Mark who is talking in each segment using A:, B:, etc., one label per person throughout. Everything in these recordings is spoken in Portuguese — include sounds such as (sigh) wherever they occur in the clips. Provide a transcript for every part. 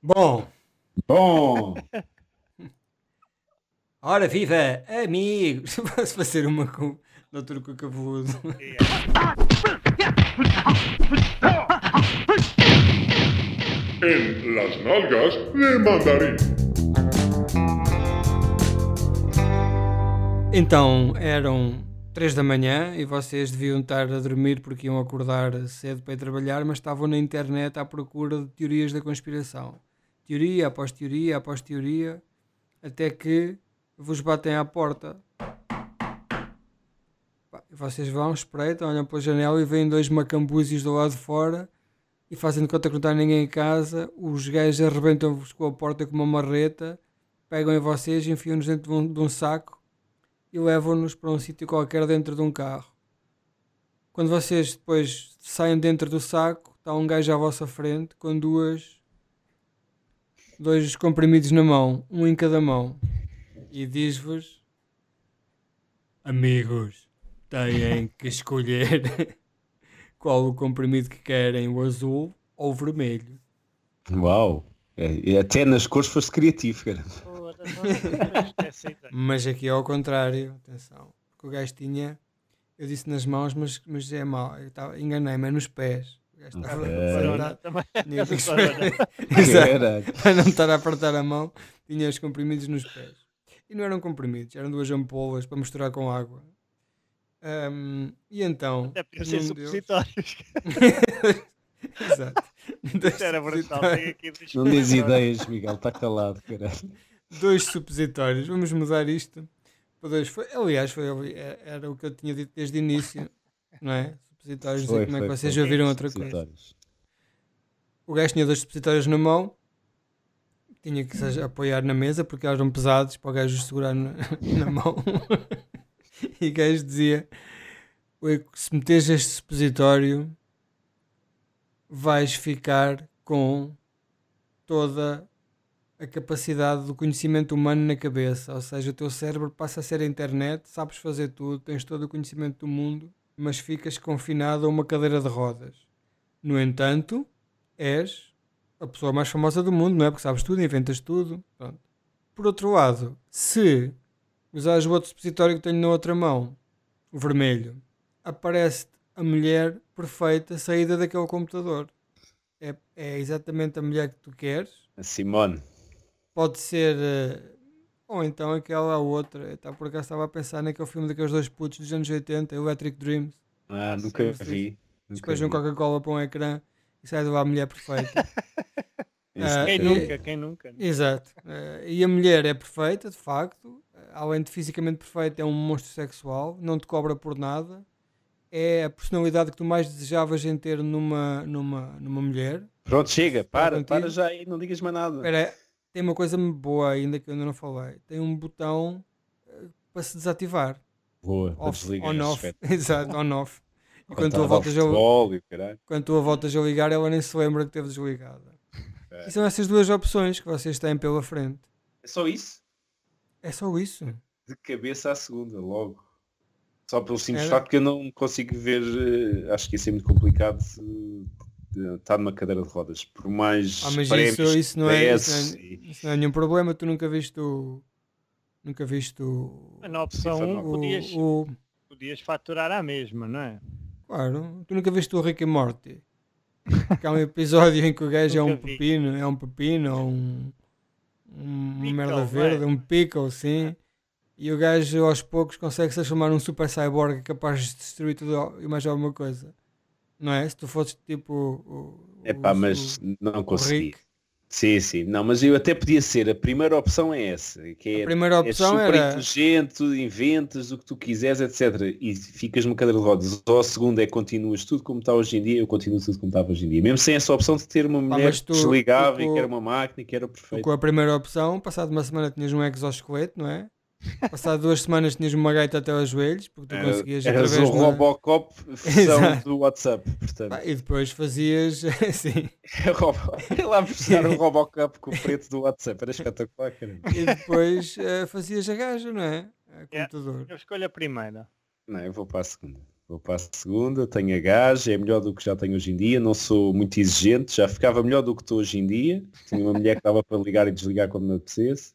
A: Bom,
B: Bom,
A: ora viva, amigos! (laughs) Posso fazer uma com o Dr. Cucabudo?
C: en las nalgas de mandarín.
A: Então, eram 3 da manhã e vocês deviam estar a dormir porque iam acordar cedo para ir trabalhar, mas estavam na internet à procura de teorias da conspiração. Teoria após teoria após teoria, até que vos batem à porta. Pá, e Vocês vão, espreitam, olham para a janela e veem dois macambúzios do lado de fora e fazem de conta que não está ninguém em casa. Os gajos arrebentam-vos com a porta com uma marreta, pegam em vocês, enfiam-nos dentro de um- de um saco e levam-nos para um sítio qualquer dentro de um carro. Quando vocês depois saem dentro do saco, está um gajo à vossa frente com duas. dois comprimidos na mão, um em cada mão, e diz-vos: Amigos, têm que escolher (laughs) qual o comprimido que querem, o azul ou o vermelho.
B: uau. É, é, Até nas cores foste criativo, cara.
D: Porra, não, não, essa ideia.
A: Mas aqui é ao contrário, atenção, porque o gajo tinha, eu disse nas mãos, mas, mas é mal, eu tava- enganei-me, é nos pés. O gajo estava
D: Corona,
A: a
D: também. (laughs)
A: apertar,
B: (laughs)
A: (laughs) Exato.
B: Caraca.
A: para não estar a apertar a mão, tinha os comprimidos nos pés. E não eram comprimidos, eram duas ampolas para misturar com água. Ahm, e então.
D: Deve ter sido
A: nenhum deles-
D: supositórios.
A: (laughs) Exato. Então, Dois
D: Isso
A: (laughs)
D: era brutal.
A: supositórios-
D: tem aqui
B: (laughs)
D: dos
B: Não diz
D: supositórios.
B: ideias, Miguel, está calado, caralho.
A: dois supositórios. Vamos mudar isto para dois. Foi, aliás, foi, ali- é- era o que eu tinha dito desde o início, não é? Supositórios, não sei
B: Foi,
A: como é que
B: foi,
A: vocês
B: foi.
A: ouviram outra coisa.
B: Citórios.
A: O gajo tinha dois supositórios na mão, tinha que seja, apoiar na mesa porque eles eram pesados para o gajo os segurar na, (laughs) na mão. e o gajo dizia: "Oi, se meteres este supositório, vais ficar com toda a capacidade do conhecimento humano na cabeça. Ou seja, o teu cérebro passa a ser a internet, sabes fazer tudo, tens todo o conhecimento do mundo, mas ficas confinado a uma cadeira de rodas. No entanto, és a pessoa mais famosa do mundo, não é? Porque sabes tudo, inventas tudo. Pronto. Por outro lado, se usares o outro supositório que tenho na outra mão, o vermelho, aparece a mulher perfeita saída daquele computador. É, é exatamente a mulher que tu queres
B: A Simone.
A: pode ser eh, ou então aquela outra. Então, por acaso estava a pensar naquele filme daqueles dois putos dos anos 80, Electric Dreams.
B: Ah, nunca
A: Sim, sim.
B: vi. Nunca
A: Depois
B: vi.
A: um Coca-Cola para um ecrã e sai de lá a mulher perfeita.
B: Esse
A: Ah,
D: Quem
B: é-
D: nunca, quem nunca. né?
A: Exato. Eh, e a mulher é perfeita, de facto. Eh, Além de fisicamente perfeita, é um monstro sexual, não te cobra por nada. É a personalidade que tu mais desejavas em ter numa, numa, numa mulher.
B: Pronto, chega, para,
A: contigo.
B: para já aí, não digas mais nada.
A: Espera, aí, tem uma coisa boa ainda que eu ainda não falei. Tem um botão eh, para se desativar.
B: Boa, para
A: off,
B: desligar
A: on
B: esse
A: off.
B: aspecto.
A: (laughs) Exato, on off. E quando tu,
B: Contava
A: a voltas a,
B: futebol e o caralho.
A: quando tu a voltas a ligar, ela nem se lembra que teve desligada.
B: Ok.
A: E são essas duas opções que vocês têm pela frente.
B: É só isso?
A: É só isso.
B: De cabeça à segunda, logo. Só pelo simples
A: Era.
B: facto que eu não consigo ver, eh, acho que isso é muito complicado eh, de estar numa cadeira de rodas. Por mais
A: Ah, mas
B: prémios
A: isso, isso, não
B: que
A: é,
B: desse
A: isso, não é,
B: e-
A: isso não é nenhum problema. Tu nunca viste o. Nunca viste o.
D: Na opção
B: Sim,
D: 1
B: não.
D: um, podias,
A: o, o
D: podias faturar à mesma, não é?
A: claro, tu nunca viste o Rick e Morty. Que há um episódio em que o gajo é um
D: Nunca vi.
A: pepino, é um pepino, ou um, um- uma
D: Pickle,
A: merda verde,
D: vai.
A: um pickle, sim. E o gajo aos poucos consegue se transformar num super cyborg capaz de destruir tudo e mais alguma coisa. Não é? Se tu fosses tipo o. o-
B: Epá,
A: o-
B: mas não
A: o
B: consegui.
A: Rick.
B: Sim, sim. Não, mas eu até podia ser. A primeira opção é essa.
A: A
B: Que é,
A: primeira
B: é
A: opção
B: super
A: era.
B: inteligente, tu inventas o que tu quiseres, etc. E ficas numa cadeira de rodas. Ou a segunda é continuas tudo como está hoje em dia, eu continuo tudo como estava hoje em dia. Mesmo sem essa opção de ter uma mulher
A: mas
B: que
A: tu-
B: desligava
A: tu-
B: e que era uma máquina e que era
A: Tu
B: perfeito.
A: com a primeira opção, passado uma semana tinhas um exoesqueleto, não
B: (laughs)
A: é? Passado duas semanas tinhas uma gaita até aos joelhos, porque tu
B: Era-
A: conseguias
B: É, Eras um o
A: através da- (laughs)
B: Robocop versão
A: é? Exato.
B: do WhatsApp. Portanto,
A: Pá, E depois fazias (laughs) assim. (laughs)
B: é Robo- é lá buscar o Robocop com o preto do WhatsApp. Era espetacular, cara.
A: E depois eh, fazias a gaja, não é? A
D: Yeah.
A: computador.
D: Eu escolho a primeira.
B: Não, eu vou para a segunda. Vou para a segunda, tenho a gás, é melhor do que já tenho hoje em dia, não sou muito exigente, já ficava melhor do que estou hoje em dia. Tinha uma mulher que dava para ligar e desligar quando me apetecesse.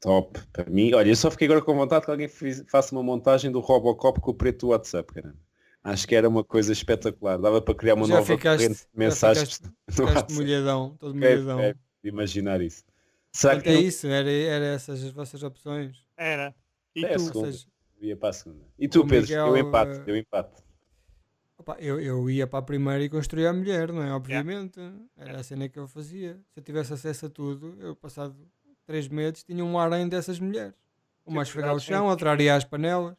B: Top, para mim. Olha, eu só fiquei agora com vontade que alguém fiz- faça uma montagem do Robocop com o preto do WhatsApp, caramba. Acho que era uma coisa espetacular. Dava para criar uma
A: Já
B: nova
A: ficaste-
B: corrente
A: já
B: de mensagens
A: ficaste-
B: no
A: Ficaste
B: WhatsApp.
A: molhadão, todo
B: Quero-
A: molhadão.
B: quero imaginar isso. Será
A: Portanto,
B: que
A: é
B: eu
A: isso, era, era essas as vossas opções.
D: Era. E
B: É,
D: tu?
B: segundo.
A: Ou seja,
B: ia para a segunda? E tu,
A: O
B: Pedro?
A: Miguel,
B: eu empate,
A: eh,
B: eu empate.
A: Opa, eu, eu ia para a primeira e construía a mulher, não é? Obviamente. Era a cena que eu fazia. Se eu tivesse acesso a tudo, eu passado três meses tinha um harém dessas mulheres. Uma a esfregar o
D: cuidado,
A: chão, outra a arear as panelas.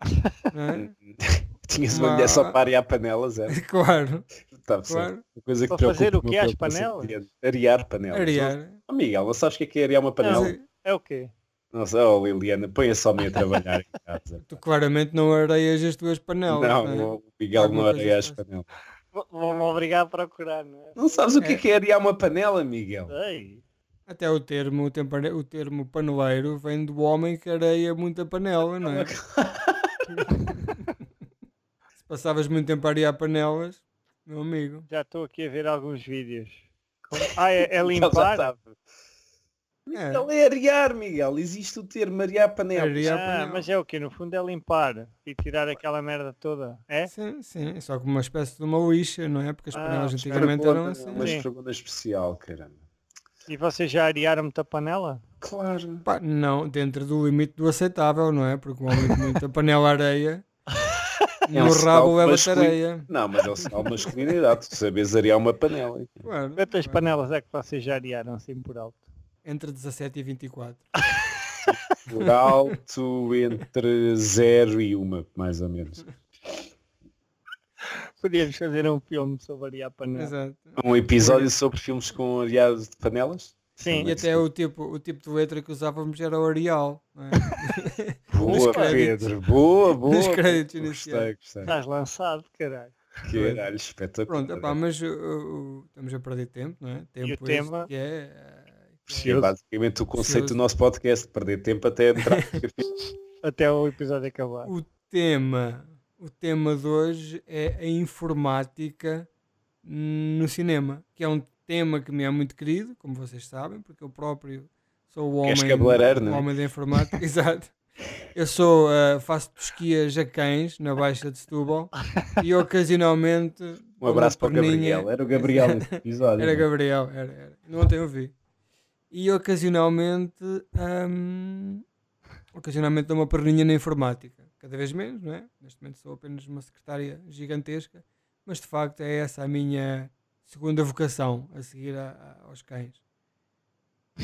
A: não é?
B: (laughs)
A: (laughs)
B: Tinhas uma
A: uma-
B: mulher só para arear panelas, é?
A: Claro,
B: Tá, certo.
A: claro.
B: Uma coisa que
D: Para fazer
B: preocupa
D: o quê
B: uma
D: às
B: preocupação
D: panelas?
B: grande. Arear panelas.
A: Arear.
B: Oh, Miguel, não sabes o que é, que é arear uma panela?
A: Mas,
D: É o quê?
B: Nossa, oh Liliana, põe só homem a trabalhar em casa.
A: Tu claramente não areias as tuas panelas.
B: não,
A: (laughs) Não, é?
B: o Miguel
A: Alguma
B: não
A: coisa
B: areia as
A: se faz.
B: panelas.
D: V- Vão-me obrigar a procurar, não é?
B: Não sabes o que é, que é arear uma panela, Miguel?
D: Ei,
A: Até o termo, o, tempare- o termo paneleiro vem do homem que areia muita panela, não é? Se passavas muito tempo a arear panelas, meu amigo.
D: já estou aqui a ver alguns vídeos. Como- Ah, é, é
B: (laughs) Ele já
D: limpar?
B: sabe.
A: É,
B: Não é arear, Miguel. Existe o termo arear panelas.
A: Arear-
D: Ah, mas é o quê? No fundo é limpar e tirar aquela merda toda. É?
A: sim, sim, só com uma espécie de uma lixa, não é? Porque as
D: Ah,
A: panelas
D: mas
A: antigamente eram assim.
B: Mas
D: Sim.
B: pergunta especial, caramba.
D: E vocês já arearam muita panela?
B: Claro.
A: Pá, não, dentro do limite do aceitável, não é? Porque o homem com muita panela areia,
B: (laughs) É um
A: no rabo
B: sinal
A: leva-te
B: masculino.
A: areia.
B: Não, mas é o sinal de masculinidade. Tu sabes arear uma panela. hein?
A: Claro,
D: Quantas
A: claro.
D: panelas é que vocês já arearam assim por alto?
A: Entre 17 e 24.
B: Por alto entre 0 e 1, mais ou menos.
D: Podíamos fazer um filme sobre arear panela.
A: Exato.
B: Um episódio sobre filmes com areados de panelas?
D: Sim,
A: E até o tipo, o tipo de letra que usávamos era o Arial.
B: (laughs)
A: Não é?
B: Boa,
A: créditos.
B: Pedro. Boa, boa.
A: Nos créditos
B: Gostei,
A: iniciais. Ah,
B: gostei.
D: estás lançado, caralho.
B: Caralho, espetacular. É
A: Pronto, epá, mas uh, uh, estamos a perder tempo, não é? Tempo este
D: tema?
A: que é, uh, que
B: É basicamente o conceito do nosso podcast, perder tempo até entrar.
A: (laughs)
D: Até o episódio acabar.
A: o tema. O tema de hoje é a informática no cinema, que é um tema que me é muito querido, como vocês sabem, porque eu próprio sou o homem,
B: és cabeleireiro,
A: o
B: não é?
A: homem da informática, (laughs) exato. Eu sou, uh, faço pesquias a cães na Baixa de
B: (laughs)
A: Setúbal e ocasionalmente
B: Um abraço para
A: dou
B: o
A: uma perninha-
B: Gabriel. Era o Gabriel
A: (laughs)
B: nesse episódio.
A: Era
B: não é?
A: Gabriel, era, era. Ainda Ontem eu vi. E ocasionalmente, hum, ocasionalmente dou uma perninha na informática. Cada vez menos, não é? Neste momento sou apenas uma secretária gigantesca, mas de facto é essa a minha segunda vocação, a seguir a- a- aos cães.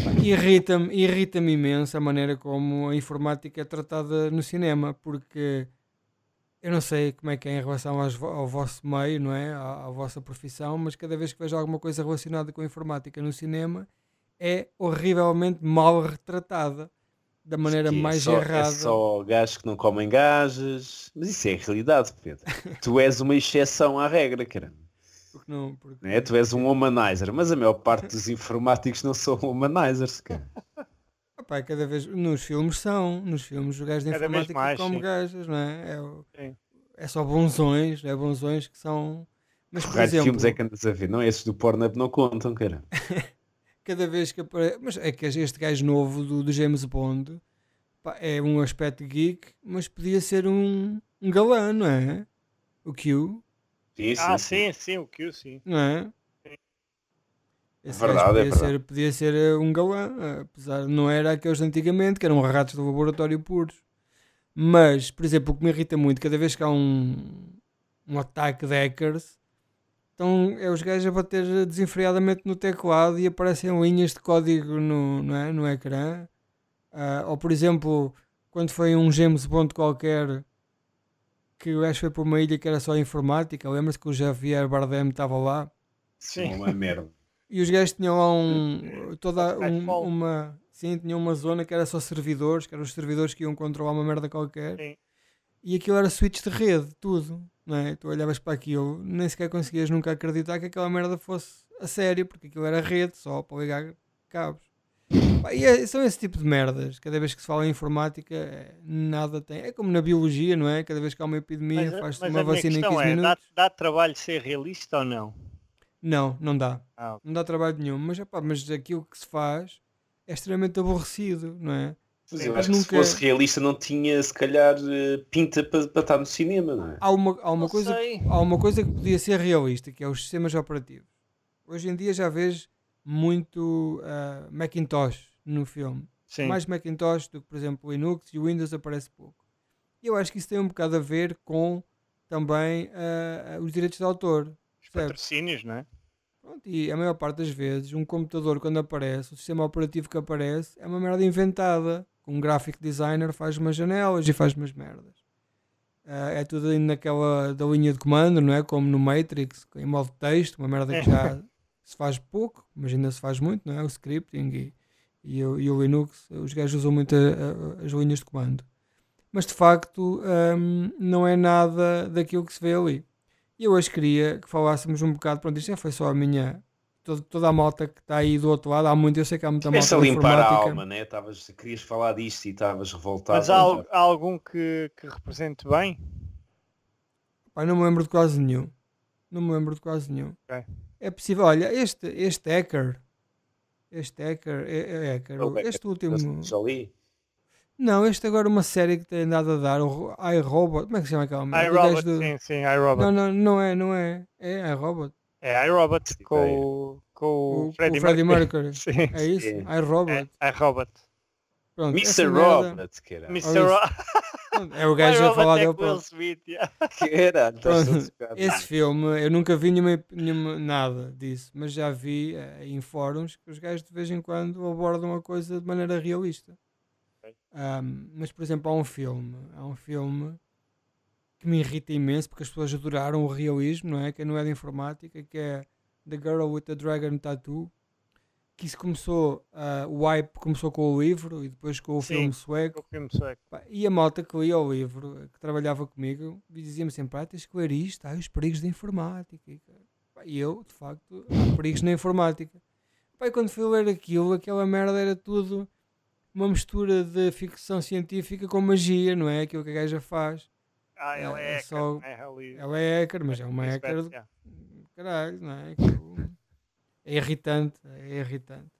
A: Pá, Irrita-me irrita imenso a maneira como a informática é tratada no cinema, porque eu não sei como é que é em relação aos vo- ao vosso meio, não é? À, à vossa profissão, mas cada vez que vejo alguma coisa relacionada com a informática no cinema é horrivelmente mal retratada da maneira
B: Sim, é
A: mais
B: só-
A: errada.
B: É só gajos que não comem gajas. Mas isso é a realidade,
A: (laughs)
B: Pedro. tu és uma exceção à regra, caramba.
A: Porque não, porque
B: Né? Tu és um humanizer, mas a maior parte dos informáticos não são humanizers, cara.
A: Opá, cada vez nos filmes são, nos filmes os gajos de
D: Cada vez
A: informática
D: mais,
A: como
D: sim.
A: gajas, não é? É, o-
D: Sim.
A: é só bonzões, é bonzões que são. Mas por
B: Que raio de
A: exemplo,
B: filmes é que andas a ver? Não, esses do Pornhub não contam, cara.
A: cada vez que aparece. Mas é que este gajo novo do, do James Bond pá, é um aspecto geek, mas podia ser um, um galã, não é? O Q,
B: Sim,
D: ah, sim, sim, o que sim.
A: não é? Esse
B: Verdade,
A: gajo
B: é
A: podia,
B: verdade.
A: ser, podia ser eh, um galã, apesar de não era aqueles de antigamente, que eram ratos de laboratório puros. Mas, por exemplo, o que me irrita muito, cada vez que há um, um ataque de hackers, então é os gajos a bater desenfreadamente no teclado e aparecem linhas de código no, não é, no ecrã. Ah, ou, por exemplo, quando foi um James Bond qualquer que o gajo foi para uma ilha que era só informática, lembra-se que o Javier Bardem estava lá?
B: Isso é uma merda.
A: E os gajos tinham lá
D: Hum.
A: um, toda
D: Os gajos
A: um-
D: falam.
A: uma. Sim, tinham uma zona que era só servidores, que eram os servidores que iam controlar uma merda qualquer.
D: Sim.
A: E aquilo era switch de rede, tudo. Não é? Tu olhavas para aquilo, nem sequer conseguias nunca acreditar que aquela merda fosse a sério, porque aquilo era rede só para ligar cabos. Pá, e é- são esse tipo de merdas. Cada vez que se fala em informática, é, nada tem. É como na biologia, não é? Cada vez que há uma epidemia, faz-se uma vacina em 15
D: é,
A: minutos.
D: dá, dá trabalho ser realista ou não?
A: Não, não dá.
D: Ah, ok.
A: Não dá trabalho nenhum. Mas, epá, mas aquilo que se faz é extremamente aborrecido, não é?
B: Pois
A: Sim,
B: eu
A: mas
B: acho que se
A: nunca-
B: fosse realista não tinha, se calhar, eh, pinta para estar no cinema, não é?
A: Há uma, há uma
D: Não
A: coisa
D: sei.
A: há uma coisa que podia ser realista, que é os sistemas operativos. Hoje em dia já vês muito ah, Macintosh no filme.
D: Sim.
A: Mais Macintosh do que, por exemplo, Linux e o Windows aparece pouco. E eu acho que isso tem um bocado a ver com também ah, ah, os direitos de autor.
D: Os
A: percebes?
D: patrocínios, não é?
A: Pronto, e a maior parte das vezes, um computador, quando aparece, o sistema operativo que aparece, é uma merda inventada. Um graphic designer faz umas janelas e faz umas merdas. Ah, é tudo ainda naquela da linha de comando, não é? Como no Matrix, em modo texto, uma merda
B: É.
A: que já se faz pouco, mas ainda se faz muito, não é? O scripting e, e, o, e o Linux, os gajos usam muito a- a- as linhas de comando. Mas de facto, hum, não é nada daquilo que se vê ali. E eu hoje queria que falássemos um bocado, pronto, isto já foi só a minha. Toda, toda a malta que está aí do outro lado, há muito, eu sei que há muita malta
B: Começa a
A: da
B: limpar a
A: informática.
B: alma, né? Estavas, querias falar disto e estavas revoltado.
D: Mas há, al- há algum que, que represente bem?
A: Pá, não me lembro de quase nenhum. Não me lembro de quase nenhum.
D: Ok.
A: É possível, olha, este, este hacker. Este hacker, é, é hacker,
B: É o hacker.
A: este último.
B: Já- já li.
A: Não, este agora é uma série que tem andado a dar, o Ro- iRobot, como é que se chama aquela? merda? O gajo
D: iRobot,
A: do-
D: sim, sim, iRobot.
A: Não, não, não é, não é. É iRobot.
D: É iRobot
B: Sim, é.
D: com, o- com
A: O,
D: o Freddie
A: o Freddie
D: Mercury.
A: Mercury.
D: (laughs) Sim,
A: É isso?
B: Sim.
A: iRobot.
D: é iRobot.
A: Pronto, essa
B: Mr.
A: merda-
B: Robert, caralho.
D: Mr.
A: isso.
D: Ro-
A: Pronto, É o gajo a
D: iRobot
A: falar
D: é
A: dele
D: com É Will
A: próprio.
D: Smith. (laughs) yeah.
B: (laughs) Caralho, estás
A: Pronto,
B: todo tocado.
A: Esse filme, eu nunca vi nenhuma, nenhuma- nada disso, mas já vi eh, em fóruns que os gajos de vez em quando abordam a coisa de maneira realista.
D: Ok.
A: Ahm, mas, por exemplo, há um filme, há um filme que me irrita imenso porque as pessoas adoraram o realismo, não é? Quem não é de informática, que é The Girl with the Dragon Tattoo, que isso começou, ah, o hype começou com o livro e depois com o
D: Sim.
A: filme sueco.
D: O filme sueco.
A: Pá, E a malta que lia o livro, que trabalhava comigo, dizia-me sempre, ah, tens que ler isto, há os perigos da informática. E, pá, E eu, de facto, há perigos na informática. Pá, e quando fui ler aquilo, aquela merda era tudo uma mistura de ficção científica com magia, não é? Aquilo que a gaja faz.
D: Ah,
A: É,
D: ela
A: é
D: é, hacker,
A: só-
D: não é? Ela e-
A: Ela é hacker, mas é uma
D: Chris
A: hacker
D: Pratt,
A: do
D: yeah.
A: caralho, não é? Aquilo É irritante, é irritante.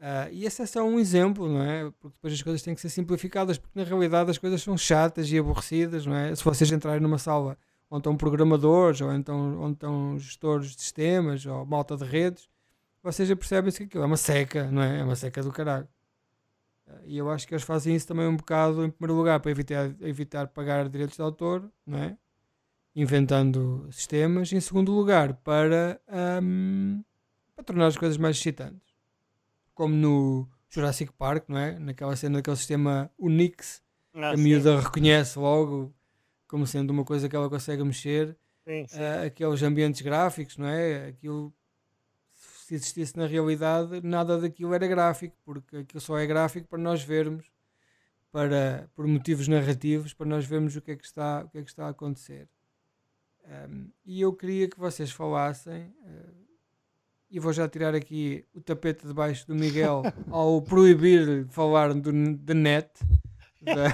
A: Ah, e esse é só um exemplo, não é? Porque depois as coisas têm que ser simplificadas, porque na realidade as coisas são chatas e aborrecidas, não é? Se vocês entrarem numa sala onde estão programadores, ou então onde estão gestores de sistemas, ou malta de redes, vocês já percebem-se que aquilo é uma seca, não é? É uma seca do caralho. Ah, E eu acho que eles fazem isso também um bocado, em primeiro lugar, para evitar, evitar pagar direitos de autor, não é? inventando sistemas. Em segundo lugar, para, ahm, para tornar as coisas mais excitantes. Como no Jurassic Park, não é? Naquela cena daquele sistema Unix,
D: Ah,
A: a
D: sim,
A: miúda reconhece logo como sendo uma coisa que ela consegue mexer.
D: sim, sim.
A: Ah, aqueles ambientes gráficos, não é? Aquilo, se existisse na realidade, nada daquilo era gráfico, porque aquilo só é gráfico para nós vermos, para, por motivos narrativos, para nós vermos o que é que está, o que é que está a acontecer. Ahm, e eu queria que vocês falassem, ah, e vou já tirar aqui o tapete debaixo do Miguel ao proibir de falar do, de net. da-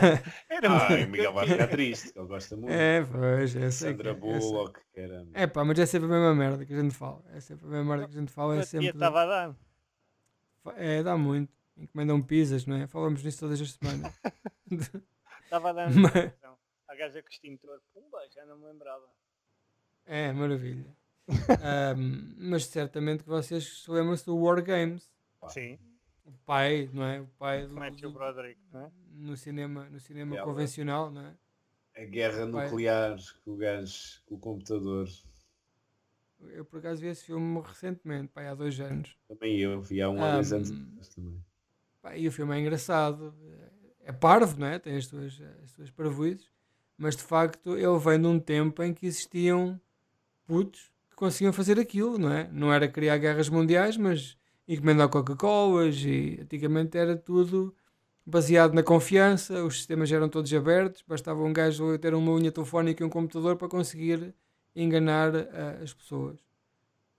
D: Era
B: Ah,
D: muito-
B: o Miguel vai ficar triste, que ele gosta muito.
A: é, pois, eu sei que- é,
B: Sandra
A: eu sei.
B: Bullock, caramba.
A: É pá, mas é sempre a mesma merda que a gente fala. É sempre a mesma merda que a gente fala. É
D: Outro dia
A: sempre.
D: estava a dar.
A: É, dá muito. Encomendam pizzas, não é? Falamos nisso todas as semanas. (laughs)
D: Estava a dar.
A: Mas-
D: A gaja com extintor. Pumba, já não me lembrava.
A: é, maravilha. Ahm, mas certamente que vocês se lembram-se do War Games.
D: Sim,
A: O pai, não é? O pai do,
D: Matthew
A: do-
D: Broderick, não é?
A: no cinema, no cinema
B: Ela.
A: convencional, não é?
B: A guerra
A: Vai.
B: nuclear com o gajo, com o computador.
A: Eu por acaso vi esse filme recentemente, pai, há dois anos.
B: Também eu vi há um
A: Ah,
B: ano, dois anos
A: hum.
B: atrás também.
A: Pá, e o filme é engraçado, é parvo, não é? Tem as suas, as suas parvoices, mas de facto ele vem de um tempo em que existiam putos que conseguiam fazer aquilo, não é? Não era criar guerras mundiais, mas encomendar Coca-Colas e antigamente era tudo baseado na confiança, os sistemas eram todos abertos, bastava um gajo ter uma unha telefónica e um computador para conseguir eh, enganar ah, as pessoas.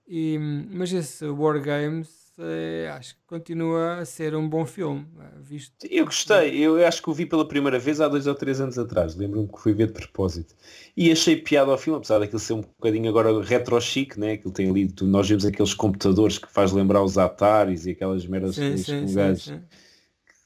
A: E, mas esse War Games eh, acho que continua a ser um bom filme. eh, Visto
B: Eu gostei, eu acho que o vi pela primeira vez há dois ou três anos atrás, lembro-me que fui ver de propósito. E achei piada ao filme, apesar daquilo ser um bocadinho agora retro-chique, né? Aquilo tem ali, tu- nós vemos aqueles computadores que faz lembrar os Ataris e aquelas merdas
A: sim,
B: todas que
A: sim,
B: um
A: sim,
B: gajo
A: sim.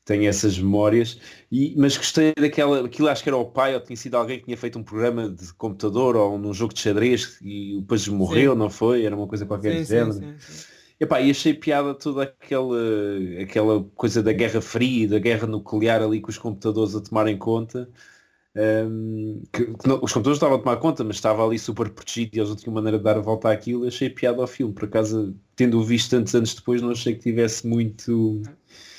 B: tem essas memórias, e, mas gostei daquela, aquilo acho que era o pai ou tinha sido alguém que tinha feito um programa de computador ou num jogo de xadrez e depois morreu, não foi? Era uma coisa qualquer
A: Sim,
B: do
A: sim,
B: género.
A: sim, sim.
B: Epá, e achei piada toda aquela, aquela coisa da Guerra Fria e da guerra nuclear ali com os computadores a tomarem conta. Ahm, que- que não- os computadores estavam a tomar conta, mas estava ali super protegido e eles não tinham maneira de dar a volta àquilo. Achei piada ao filme. Por acaso, tendo o visto tantos anos depois, não achei que tivesse muito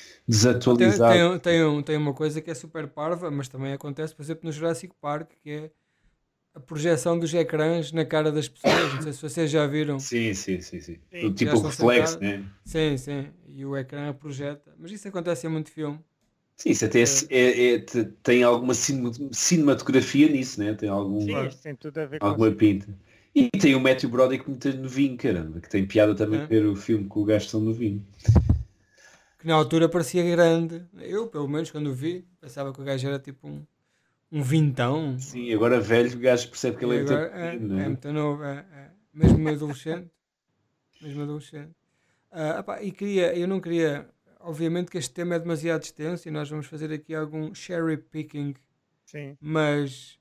A: Tem,
B: desatualizado.
A: tem, um- tem, um- tem uma coisa que é super parva, mas também acontece, por exemplo, no Jurassic Park, que é a projeção dos ecrãs na cara das pessoas. Não sei se vocês já viram.
B: Sim, sim, sim, sim.
D: Sim,
B: tipo
A: já estão
B: reflexo,
A: sentados.
B: né?
A: Sim, sim. E o ecrã projeta. Mas isso acontece em muito filme.
B: Sim, isso até é- é- é- te- tem alguma cine- cinematografia nisso, né? Tem algum.
D: Sim, isto tem tudo a ver com
B: alguma pinta. E tem o Matthew Brody que muito novinho, caramba, que tem piada também
A: É.
B: ver o filme com o gajo tão novinho.
A: Que na altura parecia grande. Eu, pelo menos, quando o vi, pensava que o gajo era tipo um, um vintão.
B: Sim, agora velho o gajo percebe que ele
A: E
B: é muito
A: agora, é,
B: pequeno, não
A: é
B: é?
A: muito novo, é, é. mesmo meu adolescente. mesmo um adolescente. Ah, epá, e queria, eu não queria, obviamente que este tema é demasiado extenso e nós vamos fazer aqui algum cherry picking,
D: Sim.
A: mas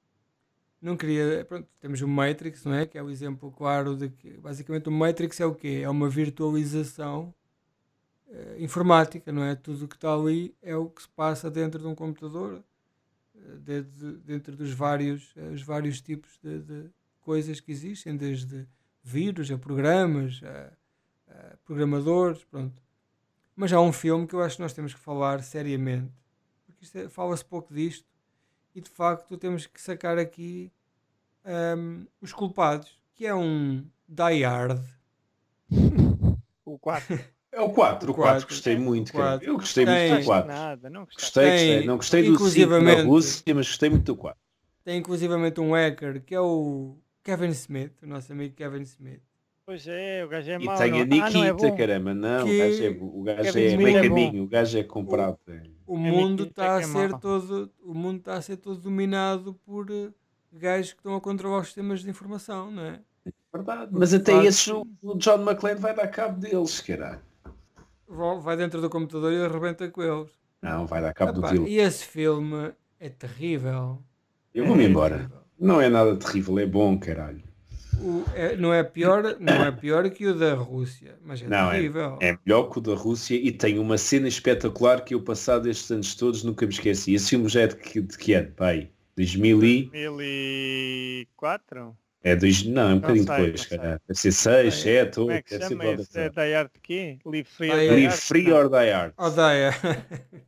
A: não queria, pronto, temos o Matrix, não é? Que é o exemplo claro de que basicamente o Matrix é o quê? É uma virtualização eh, informática, não é? Tudo o que está ali é o que se passa dentro de um computador, eh, desde, dentro dos vários, eh, os vários tipos de, de coisas que existem, desde vírus a programas, a, a programadores, pronto. Mas há um filme que eu acho que nós temos que falar seriamente, porque isto é- fala-se pouco disto e de facto temos que sacar aqui ahm, os culpados, que é um Die Hard.
B: (laughs)
D: O 4.
B: É o 4,
A: O
B: o 4,
A: quatro,
B: gostei muito,
A: o
B: cara.
A: quatro.
B: Eu gostei
A: Tem-
B: muito do 4.
D: Nada, não gostaste.
B: É Gostei,
A: Tem-
B: gostei. Não gostei do 5 na
A: inclusivamente-
B: Rússia, mas gostei muito do 4.
A: Tem inclusivamente um hacker que é o Kevin Smith, o nosso amigo Kevin Smith.
D: Pois é, o gajo é
B: E
D: mau.
B: tem
D: não-
B: a
D: ah, não é
B: Nikita,
D: bom.
B: caramba, não,
A: Que-
B: o gajo é, o gajo
D: Kevin
B: é
D: Smith
B: bem
D: é bom.
B: caninho, o gajo é comprado. é.
A: O
D: mim
A: mundo
D: isso é
A: está
D: que
A: a
D: é
A: ser
D: mau.
A: todo, o mundo está a ser todo dominado por eh, gajos que estão a controlar os sistemas de informação, não é?
B: Verdade, mas até
A: Claro.
B: esses o o John McClane vai dar cabo deles, caralho.
A: Vão- Vai dentro do computador e arrebenta com eles.
B: Não, vai dar cabo
A: Epá,
B: do Dilo.
A: e esse filme é terrível.
B: Eu vou-me
D: é-
B: embora. Não é nada terrível, é bom, caralho.
A: O- é- não, é pior, não é pior que o da Rússia, mas é
B: Não, é-
A: terrível.
B: É melhor que o da Rússia e tem uma cena espetacular que eu passado estes anos todos nunca me esqueci. Esse filme já é de que, de que ano? Pai, 2000 e...
D: 2004?
B: É dois... Não, é um bocadinho
D: sei,
B: depois,
D: não sei.
B: cara. Deve ser 6,
A: Sei.
B: 7,
D: Como
B: 8,
D: é que
B: deve ser
D: chama
B: boa
D: esse? É
B: da
D: Die Hard quê? Live Free
A: Die Hard.
B: Live Free or Die Hard.
A: Odeia.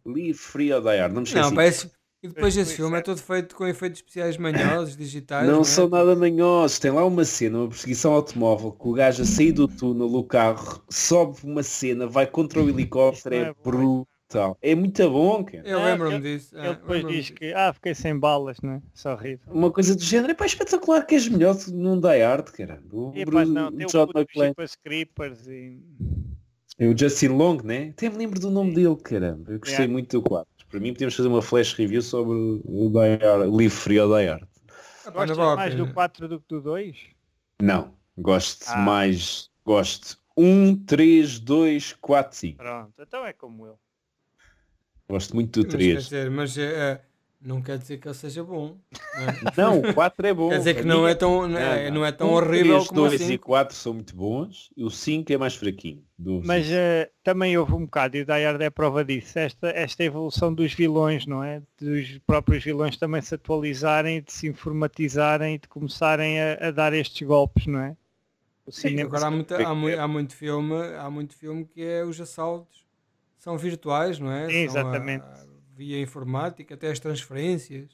B: Live Free or Die Hard. Não me esqueci.
A: Não, parece. E depois
D: é assim. Pois,
A: esse
D: pois,
A: filme é
D: é.
A: todo feito com efeitos especiais manhosos, digitais.
B: Não
A: é?
B: são nada manhosos. Tem lá uma cena, uma perseguição automóvel, que o gajo a sair do túnel do carro, sobe uma cena, vai contra o helicóptero,
D: Isso não
B: é
D: é bom.
B: brutal. É muito bom, cara.
A: Eu
D: Ah,
A: lembro-me
D: ele-
A: disso. ah,
D: Ele depois
A: lembro-me
D: diz
A: disso.
D: que, ah, fiquei sem balas, né? Só horrível.
B: uma coisa do género, epá, é espetacular que és melhor que num Die Hard, caramba. O,
D: Epá,
B: Bruce-
D: não,
B: o
D: tem o
B: John
D: puto
B: McClane.
D: Chipas Creepers e...
B: É o Justin Long, né? Até me lembro do nome dele, caramba. Eu gostei
D: Yeah.
B: muito do quadro. Para mim podemos fazer uma flash review sobre o Die Hard, o livro Free ou Die Hard.
A: Ah, pá, não
D: Gostas
A: vale a
D: mais
A: pena.
D: do 4 do que do 2?
B: Não, gosto
D: Ah.
B: mais, gosto. 1, 3, 2, 4, 5.
D: Pronto, então é como eu.
B: Gosto muito do
A: Mas, quer
B: 3.
A: dizer, mas eh, não quer dizer que ele seja bom. não é?
B: Não, o 4 é bom.
A: quer dizer que
B: Para
A: não
B: mim
A: é tão, não é, não é tão horrível
B: 3,
A: como
B: 2
A: assim.
B: e 4 são muito bons e o 5 é mais fraquinho. Do
D: Mas eh, também houve um bocado, e o Die Hard é prova disso, esta, esta evolução dos vilões, não é? Dos próprios vilões também se atualizarem, de se informatizarem e de começarem a, a dar estes golpes, não é? O
A: Sim,
D: cinema
A: agora há, muita-
B: é
A: há
B: que
A: mui- há muito filme, há muito filme que é os assaltos são virtuais, não é?
D: Sim,
A: São a-
D: exatamente.
A: a- via informática, até as transferências.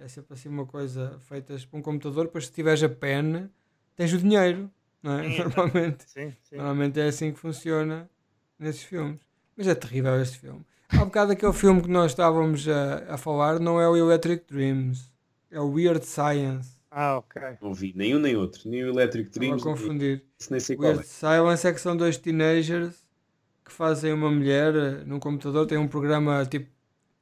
A: É sempre assim uma coisa feitas por um computador, depois se tiveres a pena, tens o dinheiro, não é? (laughs)
D: Sim, exato.
A: Normalmente.
D: Sim, sim.
A: Normalmente é assim que funciona nesses filmes. Mas é terrível este filme. Há um bocado aquele filme que nós estávamos a, a falar não é o Electric Dreams, é o Weird Science.
D: Ah, ok.
B: Não vi nenhum nem outro, nem o Electric
A: Estava a
B: Dreams, nem,
A: confundir.
D: é?
B: esse nem sei qual
A: Weird
B: é.
A: Silence é que são dois teenagers que fazem uma mulher eh, num computador, tem um programa tipo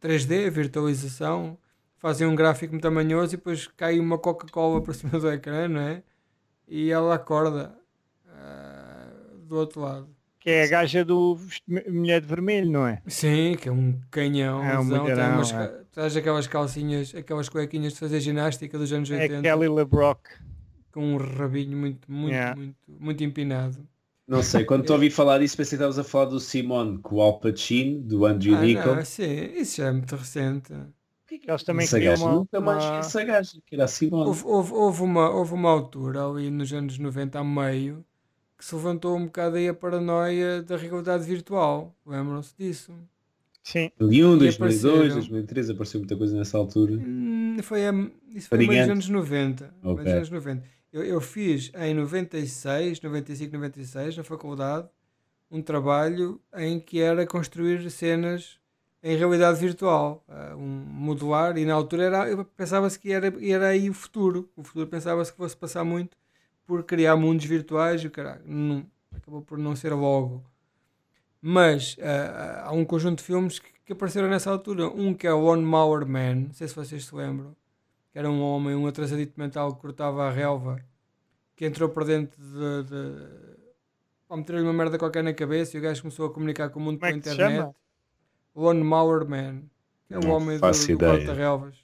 A: 3D, virtualização, fazem um gráfico muito tamanhoso e depois cai uma Coca-Cola por (laughs) cima do ecrã, não é? E ela acorda ah, do outro lado.
D: Que é a gaja do vesti- Mulher de Vermelho, não é?
A: Sim, que é um canhão.
D: É um mulherão, é.
A: Traz aquelas calcinhas, aquelas cuequinhas de fazer ginástica dos anos
D: É
A: 80
D: Kelly LeBrock.
A: com um rabinho muito, muito,
D: Yeah.
A: muito, muito empinado.
B: Não sei,
A: (laughs)
B: quando te ouvi falar disso pensei que estavas a falar do Simone com o Al Pacino, do Andrew
A: Ah,
B: Niccol.
A: não, é sim, isso já é muito recente.
D: Eles também
B: Essa
D: criam
B: gaja
D: uma...
B: nunca mais
D: uma-
B: vi essa gaja, que era a Simone.
A: Houve, houve, houve, uma, houve uma altura ali nos anos 90 a meio que se levantou um bocado aí a paranoia da realidade virtual. Lembram-se disso?
D: Sim,
B: 2001,
A: E
B: 2002,
A: apareceram.
B: 2003, apareceu muita coisa nessa altura.
A: Hum, Foi a, isso foi meio dos
B: Brigante.
A: anos 90. meio dos
B: Ok.
A: anos 90. Eu, eu fiz em 96, 95, 96, na faculdade, um trabalho em que era construir cenas em realidade virtual, ah, um modular, e na altura era- eu pensava-se que era, era aí o futuro. O futuro pensava-se que fosse passar muito por criar mundos virtuais e o caralho. Não, acabou por não ser logo. Mas ah, ah, há um conjunto de filmes que, que apareceram nessa altura. Um que é o One Mower Man, não sei se vocês se lembram, que era um homem, um atrasadito mental que cortava a relva, que entrou para dentro de. de... pá, meter-lhe uma merda qualquer na cabeça e o gajo começou a comunicar com o mundo
D: Como é
A: pela
D: que se
A: internet.
D: chama?
A: One Mower Man, que é o
B: Não
A: homem do,
B: faço
A: do
B: ideia.
A: Corta-Relvas.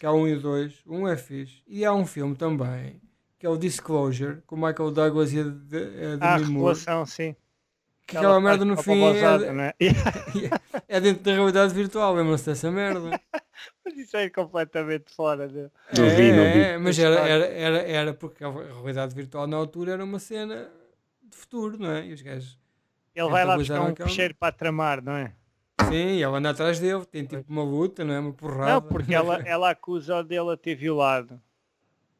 A: Que há um e o dois. Um é fixe. E há um filme também, que é o Disclosure, com o Michael Douglas e a de, a
D: há a
A: Demi Moore.
D: revelação, sim.
A: Que aquela
D: Ela faz
A: merda no
D: uma
A: fim
D: babosada,
A: é,
D: não é?
A: (laughs)
D: (laughs)
A: é dentro da realidade virtual, lembram-se dessa merda?
D: Mas isso é completamente fora de...
B: Não vi, não
A: É,
B: vi.
A: é, mas era, era, era, era porque a realidade virtual na altura era uma cena de futuro, não é? E os gajos.
D: Ele vai lá
A: Então,
D: buscar um
A: aquela-
D: peixeiro para tramar, não é?
A: Sim, ela anda atrás dele, tem tipo uma luta, não é? Uma porrada.
D: Não, porque ela, ela acusa o dele a ter violado.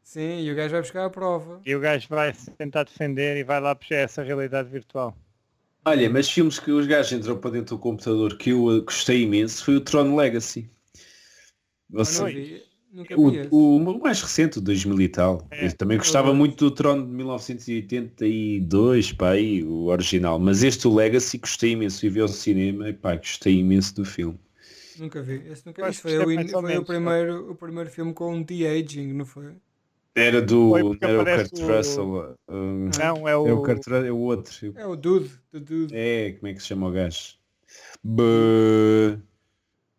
A: Sim, e o gajo vai buscar a prova.
D: E o gajo vai se tentar defender e vai lá puxar essa realidade virtual.
B: Olha, mas filmes que os gajos entram para dentro do computador que eu eh, gostei imenso foi o Tron Legacy.
A: Mas não é
B: Você,
A: vi, nunca vi esse.
B: o, o- o mais recente, o 2000 e tal.
D: É,
B: eu também gostava
A: o-
B: muito do Tron de 1982, pá, aí, o original. Mas este, o Legacy, gostei imenso. E vi ao cinema, e pá, gostei imenso do filme.
A: Nunca vi. Esse nunca
D: Acho
A: Isso
D: que
A: foi,
D: isto é
A: o, in-
D: mais ou
A: foi o,
D: menos, não é?
A: primeiro, o primeiro filme com um de-aging, não foi?
B: Era do
D: Foi porque
B: era o
D: aparece
B: Kurt
D: o-
B: Russell. hum,
D: Não, é o...
B: é o Kurt Russell, é o outro.
A: É o Dude, do Dude.
B: É, como é que se chama o gajo? B-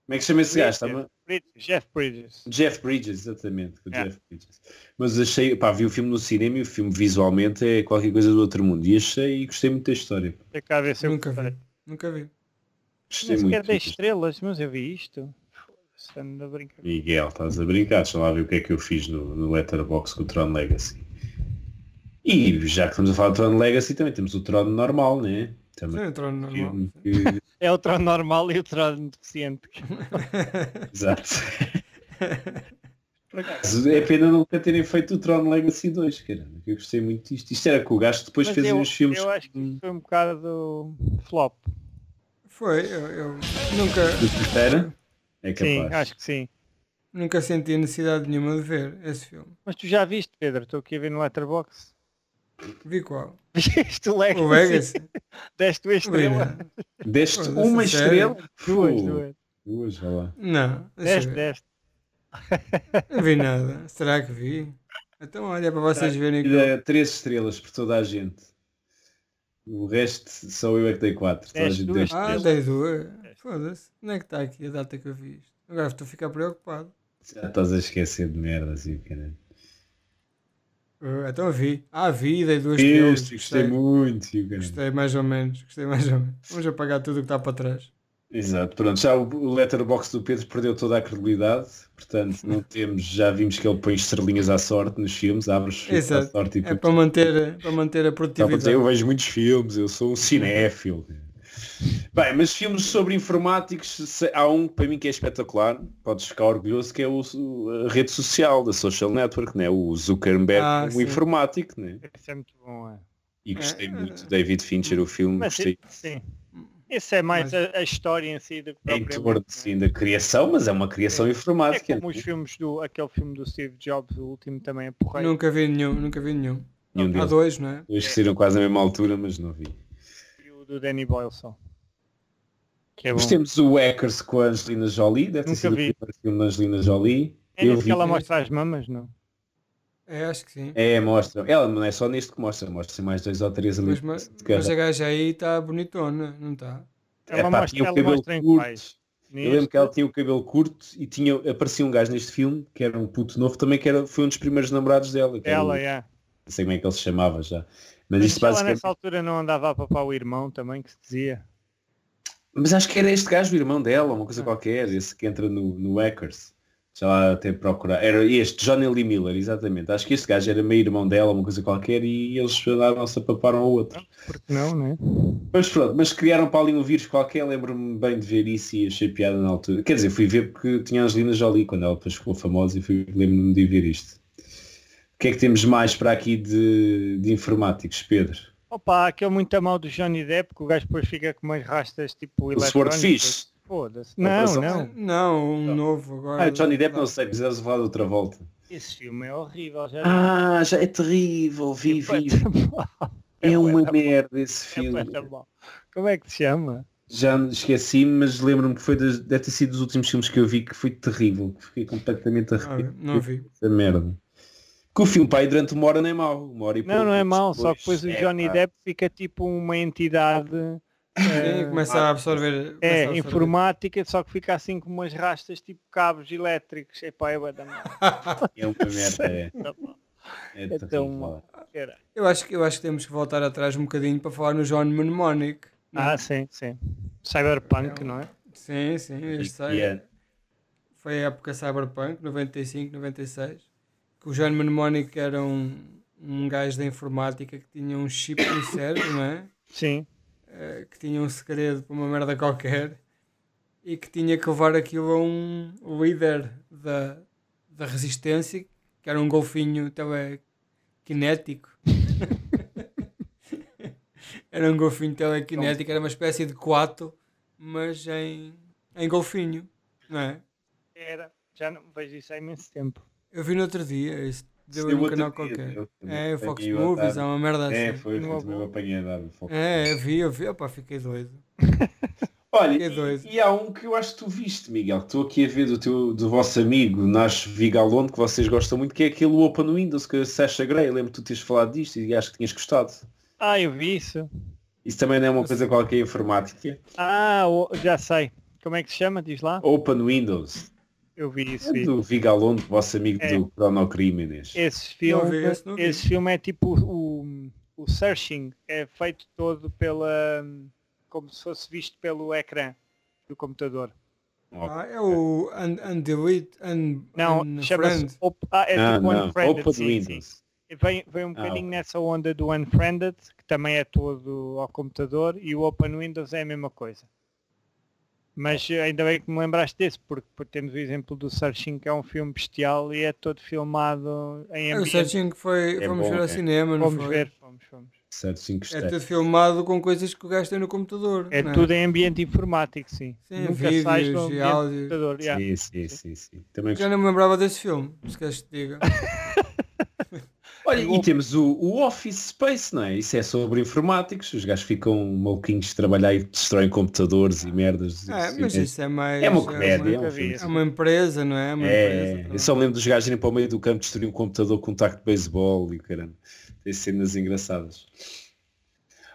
B: Como é que se chama esse gajo? Está-me-
D: Bridges, Jeff Bridges.
B: Jeff Bridges, exatamente. o
D: É.
B: Jeff Bridges. Mas achei, pá, vi o filme no cinema e o filme visualmente é qualquer coisa do outro mundo. E achei e gostei muito da história.
D: Tem cá a ver se eu
A: Nunca
D: gostei.
A: vi. Nunca vi.
B: Gostei
D: Nem sequer
B: muito.
D: dei estrelas, mas eu vi isto. Foda-se, ando a brincar.
B: Miguel, estás a brincar, deixa lá ver o que é que eu fiz no, no Letterboxd com o Tron Legacy. E já que estamos a falar do Tron Legacy, também temos o Tron normal, né?
A: Sim,
B: Também
A: entrou no normal.
B: filme que-
D: É o trono normal e o trono deficiente.
B: Exato.
D: (laughs) Por acaso.
B: É pena nunca terem feito o Tron Legacy 2, caramba, que eu gostei muito disto. Isto era com o gajo que depois
D: Mas
B: fez
D: eu,
B: uns filmes.
D: eu acho que
B: Hum.
D: isto foi um bocado flop.
A: Foi, eu, eu nunca,
B: Do Twitter. É capaz.
D: Sim, acho que sim.
A: nunca senti necessidade nenhuma de ver esse filme.
D: Mas tu já viste, Pedro? Estou aqui a ver no Letterboxd. (laughs)
A: Vi qual?
D: Viste o Legacy?
A: O Vegas?
D: Deste uma estrela.
A: Vi,
B: Deste
A: Olha,
B: uma
A: essa
B: estrela.
D: Duas,
B: Pô,
D: duas.
B: Duas, vá lá.
A: Não, deixa
D: Deste,
A: eu ver.
D: deste.
A: não vi nada. Será que vi? Então olha para vocês verem
B: E é
A: que eu-
B: dá três estrelas por toda a gente. O resto só eu é que dei quatro. Toda a
D: Deste
B: gente
D: duas.
B: deu
A: Ah,
B: estrelas.
A: dei duas. Foda-se. Onde é que está aqui a data que eu vi isto? Agora estou a ficar preocupado.
B: Já estás a esquecer de merda, assim, caramba.
A: Ah, Então vi. Ah, vi, dei duas estrelas.
B: Este, gostei
A: gostei.
B: muito, e o caralho.
A: Gostei mais ou menos, gostei mais ou menos. Vamos apagar tudo o que está para trás.
B: Exato, pronto, já o- o letterbox do Pedro perdeu toda a credibilidade, portanto
A: (laughs)
B: não temos, já vimos que ele põe estrelinhas à sorte nos filmes, abre os filmes à
A: Exato.
B: sorte e
A: É
B: depois-
A: para manter, para manter a
B: Dá para dizer,
A: produtividade.
B: Tá, eu vejo muitos filmes, eu sou um cinéfilo. Bem, mas filmes sobre informáticos, se- há um para mim que é espetacular, podes ficar orgulhoso, que é o, o- a rede social, da social network, né? o Zuckerberg,
A: Ah,
B: um
A: sim.
B: informático, né?
D: Esse é muito bom, é.
B: e gostei
A: É.
B: muito do David Fincher, o filme,
D: Mas
B: gostei
D: sim, sim. Esse é mais a, a história em si do que
B: em
D: propriamente,
B: torno
D: né?
B: sim, da criação, mas é uma criação
D: É
B: informática.
D: como
B: né?
D: os filmes do. aquele filme do Steve Jobs, o último também é porreiro.
A: Nunca vi nenhum, nunca vi nenhum.
B: Nenhum
A: Há
B: deles.
A: dois, não é?
D: É
B: Dois que saíram quase na mesma altura, mas não vi.
D: E o do, do Danny Boyle só. Que é bom.
B: Depois temos o Hackers com a Angelina Jolie, deve ter
D: Nunca
B: sido o
D: vi.
B: primeiro filme da Angelina Jolie.
D: É
B: Eu
D: nesse que
B: vi.
D: ela mostra as mamas, não?
A: É, acho que sim.
B: É, mostra. Ela não é só neste que mostra, mostra mais dois ou três ali.
A: Mas,
B: de
A: ma-
B: cada.
A: mas a gaja aí está bonitona, não tá? está?
B: É
D: Ela
B: pá,
D: mostra,
B: tinha o
D: ela
B: cabelo
D: mostra em
B: curto.
D: quais?
B: Eu lembro que ela tinha o cabelo curto e tinha, aparecia um gajo neste filme, que era um puto novo também, que era, foi um dos primeiros namorados dela. que era
D: Ela,
B: o-
D: é.
B: Não sei como é que ele se chamava já. Mas
D: Mas
B: isto
D: ela
B: basicamente...
D: nessa altura não andava a papar o irmão também, que se dizia.
B: Mas acho que era este gajo, o irmão dela, uma
D: Ah.
B: coisa qualquer, esse que entra no, no Hackers. Já lá até procurar. Era este, Johnny Lee Miller, exatamente. Acho que este gajo era meio irmão dela, uma coisa qualquer, e eles andaram-se a papar um ao outro.
D: Porque não, né?
B: Mas pronto, mas criaram para ali um vírus qualquer, lembro-me bem de ver isso e achei piada na altura. Quer dizer, fui ver porque tinha a Angelina Jolie quando ela depois ficou famosa e fui- lembro-me de ver isto. O que é que temos mais para aqui de, de informáticos, Pedro?
D: Opa, aquele muito mal do Johnny Depp, que o gajo depois fica com umas rastas tipo
B: O Swordfish.
D: eletrónicas. Foda-se. Não,
B: Operação-
A: Ah,
D: não.
A: Não, um novo agora.
B: Ah, Johnny Depp
A: Não.
B: não sei, precisamos falar de outra volta.
D: Esse filme é horrível. Já
B: Ah, já é terrível, vi, vi.
D: É
B: É uma
D: bué da
B: merda esse
D: É
B: filme.
D: bué da bom. Como é que se chama?
B: Já me esqueci, mas lembro-me que foi das, deve ter sido dos últimos filmes que eu vi que foi terrível. que Fiquei completamente
A: Ah,
B: arrepiado.
A: não vi.
B: Essa merda. Que o filme pai durante uma hora não é mau. Uma hora e
D: Não, não é mau, só que depois o
B: é,
D: Johnny
B: pá.
D: Depp fica tipo uma entidade eh,
A: Sim, começa
B: Ah.
A: a absorver. começa a
D: é,
A: absorver.
D: informática, só que fica assim com umas rastas tipo cabos elétricos. Epá, é bué da merda.
B: É uma
D: (laughs)
B: merda, é.
D: Tá
B: É
D: É
B: terrível.
D: tão mau. Era.
A: Eu acho, que, eu acho que temos que voltar atrás um bocadinho para falar no John Mnemonic. não é?
D: Ah, sim, sim. Cyberpunk, não é?
A: Sim, sim. Este
B: E é-
A: Foi a época Cyberpunk, 95, 96. Que o John Mnemonic era um, um gajo da informática que tinha um chip no (coughs) cérebro, não é?
D: Sim.
A: eh, que tinha um segredo para uma merda qualquer e que tinha que levar aquilo a um líder da, da resistência, que era um golfinho telequinético. (laughs) era um golfinho telequinético, era uma espécie de quato, mas em, em golfinho, não é?
D: Era. Já não vejo isso há imenso tempo.
A: Eu vi no outro dia, isso deu
B: Deu
A: em um
B: outro
A: canal
B: dia,
A: qualquer.
B: deu.
A: É, o Fox
B: Apanhei o
A: Movies,
B: atalho.
A: é uma merda assim.
B: É,
A: É,
B: foi,
D: Não
B: foi também
D: vou.
B: eu apanhei a dar o foco.
A: eu vi, eu vi, opá, fiquei doido.
B: Olha,
A: Que é doido.
B: e, e há um que eu acho que tu viste, Miguel, que estou aqui a ver do, teu, do vosso amigo Nacho Vigalondo, que vocês gostam muito, que é aquele Open Windows, que é Sasha Grey, lembro que tu teres falado disto e acho que tinhas gostado.
D: Ah, eu vi isso.
B: Isso também não é uma coisa qualquer informática.
D: Ah, o- já sei. Como é que se chama? Diz lá.
B: Open Windows,
D: Eu vi isso.
B: é
D: Vi.
B: do Vigalondo, vosso amigo
D: É.
B: do Cronocrímenes.
D: Esse
A: Não
D: filme,
A: vi esse, não vi.
D: esse filme é tipo o, o searching, é feito todo pela como se fosse visto pelo ecrã do computador.
B: Ok.
A: Ah, é o un, Undelete, un,
D: Não, chama-se
A: Unfriend.
D: op- ah, é
B: Não,
D: tipo
B: não,
D: unfriended.
B: Open
D: sim, sim.
B: Windows. Ah,
D: Vem, vem um bocadinho
B: ok.
D: nessa onda do unfriended, que também é todo ao computador, e o Open Windows é a mesma coisa. Mas eh, ainda bem que me lembraste desse, porque, porque temos o exemplo do Searching, que é um filme bestial e é todo filmado em
A: É o
D: ambiente.
A: Searching que foi,
B: É
A: fomos
B: bom,
A: ver ao
B: é.
A: cinema, não
D: Vamos
A: foi?
D: ver, vamos, vamos.
B: Certo, cinco
A: É
B: estrelas.
A: tudo filmado com coisas que o gajo tem no computador.
D: É
A: não
D: tudo em ambiente informático, sim.
A: Sim,
D: Nunca
A: vídeos
D: sais do
A: e
D: ambiente
A: áudios.
D: do computador. yeah.
B: Sim, sim, sim, sim. Também
A: Já não me lembrava desse filme, se queres que te diga. é
B: Olha, e temos o, o Office Space, não é? Isso é sobre informáticos, os gajos ficam maluquinhos de trabalhar e destroem computadores e merdas.
A: É,
B: Isso
A: mas
B: é-
A: isso é mais.
B: é uma
A: É
B: comédia, é
A: uma,
B: um
D: nunca
B: filme.
D: vi.
A: é uma empresa, não é? É Uma empresa,
B: É,
A: também.
B: eu só me lembro dos gajos irem para o meio do campo destruir um computador com um taco de beisebol e o caramba. Tem cenas engraçadas.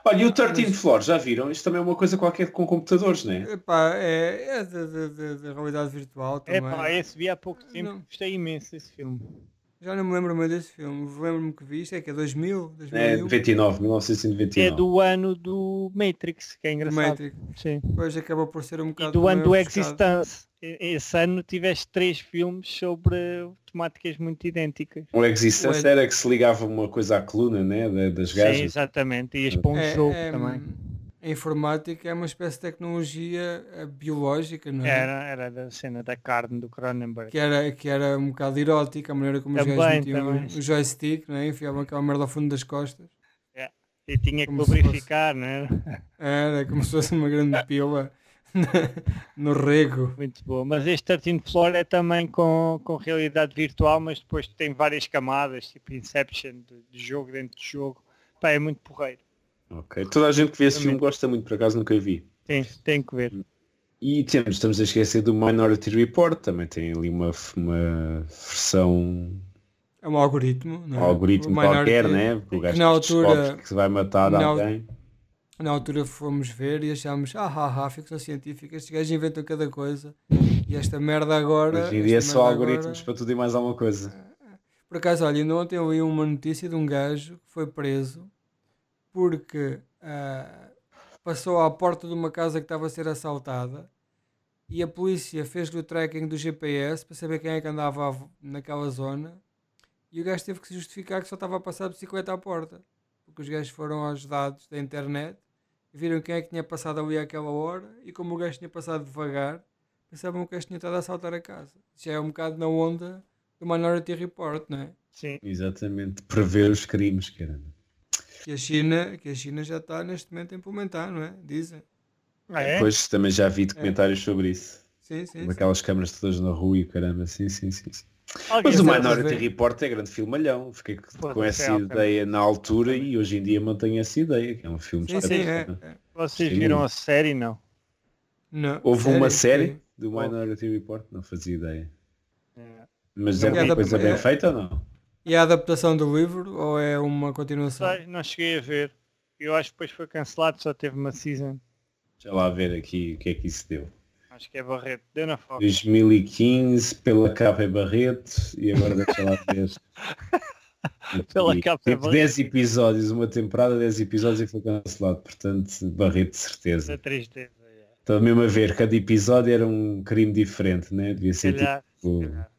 A: Ah,
B: Olha, e o 13 Floor, já viram? Isto também é uma coisa qualquer com computadores, não é?
A: Epá, é, é da, da- da- da realidade virtual também.
D: É pá, esse vi há pouco tempo,
A: Não.
D: gostei imenso desse filme.
A: Já não me lembro mais desse filme. Lembro-me que vi isto, é que é 2000,
B: É
A: 2001.
B: 99,
D: É
B: 1999.
D: do ano do Matrix, que é
A: do
D: engraçado.
A: Matrix.
D: Sim.
A: Depois acaba por ser um
D: E
A: bocado.
D: do ano
A: também
D: do
A: ofuscado.
D: Existence. E- Esse ano tiveste três filmes sobre temáticas muito idênticas.
B: O Um Existence
A: O-
B: era que se ligava uma coisa à coluna, né? da- Das gajas.
D: Sim, exatamente. Ias para um
A: É,
D: jogo
A: é,
D: também.
A: A informática é uma espécie de tecnologia eh, biológica, não é?
D: Era, era da cena da carne do Cronenberg.
A: Que, era, que era um bocado erótica, a maneira como os
D: É. Também,
A: gajos metiam
D: também.
A: o joystick, não é? enfiavam aquela merda ao fundo das costas.
D: E tinha que né?
A: Como se fosse-
D: lubrificar, não era?
A: Era como (laughs) se fosse uma grande pila no rego.
D: Muito boa, mas este 13 Floor é também com, com realidade virtual, mas depois tem várias camadas, tipo Inception, de, de jogo dentro de jogo. Pá, é muito porreiro.
B: Ok. Toda a gente que vê esse filme gosta muito, por acaso nunca vi.
D: Tem, tem que ver.
B: E temos, estamos a esquecer do Minority Report, também tem ali uma, uma versão
A: É um algoritmo, não é?
B: algoritmo
A: O Minority-
B: qualquer, né? O gajo
A: na
B: que
A: altura-
B: descobre que vai matar
A: na
B: alguém.
A: Na altura fomos ver e achámos, ah, ah, ah, ficção científica, estes gajos inventam cada coisa. E esta merda agora.
B: Hoje em dia é
A: esta
B: só
A: merda
B: algoritmos
A: agora-
B: para tudo e mais alguma coisa.
A: Por acaso, olha, ainda ontem eu li uma notícia de um gajo que foi preso porque ah, passou à porta de uma casa que estava a ser assaltada e a polícia fez-lhe o tracking do GPS para saber quem é que andava à vo- naquela zona e o gajo teve que se justificar que só estava a passar de bicicleta à porta porque os gajos foram aos dados da internet e viram quem é que tinha passado ali àquela hora e como o gajo tinha passado devagar pensavam que o gajo tinha estado a assaltar a casa. Já é um bocado na onda do Minority Report, não é?
D: Sim.
B: Exatamente. Prever os crimes, caramba.
A: Que a China, que a China já está neste momento a implementar, não é? Dizem.
D: Ah, é?
B: Depois também já vi documentários sobre isso.
A: Sim, sim. sim.
B: Daquelas câmaras todas na rua e o caramba, sim, sim, sim. sim.
A: (laughs)
D: Alguém
B: Mas o
A: Sim,
D: sabe?
B: Minority
A: sim.
B: Report é grande filmalhão. Fiquei com
D: Foda-se,
B: essa
D: é, ok.
B: ideia na altura e hoje em dia mantenho essa ideia, que é um filme
A: Sim, sim, é.
B: espetacular.
A: é.
D: Vocês
B: Sim.
D: viram a série, não?
A: Não,
B: Houve uma
A: sério,
B: série do Minority Report, não fazia ideia.
D: É.
B: Mas
A: Não,
B: era
A: é da
B: uma coisa
A: primeira.
B: bem feita ou não?
A: sim. E a adaptação do livro ou é uma continuação?
D: Sei, Não cheguei a ver. Eu acho que depois foi cancelado, só teve uma season.
B: Deixa lá ver aqui o que é que isso deu.
D: Acho que é Barreto. Deu na foto.
B: 2015, pela capa é Barreto, e agora deixa lá
A: (laughs)
B: ver.
A: Tá
D: Pela
B: E,
D: capa é
B: tipo,
D: Barreto.
B: 10 episódios, uma temporada, 10 episódios e foi cancelado, portanto, Barreto de
D: Da
B: certeza.
D: 3D.
B: Estava mesmo a ver, cada episódio era um crime diferente, né? Devia
D: Se
B: ser tipo,
D: calhar, se calhar.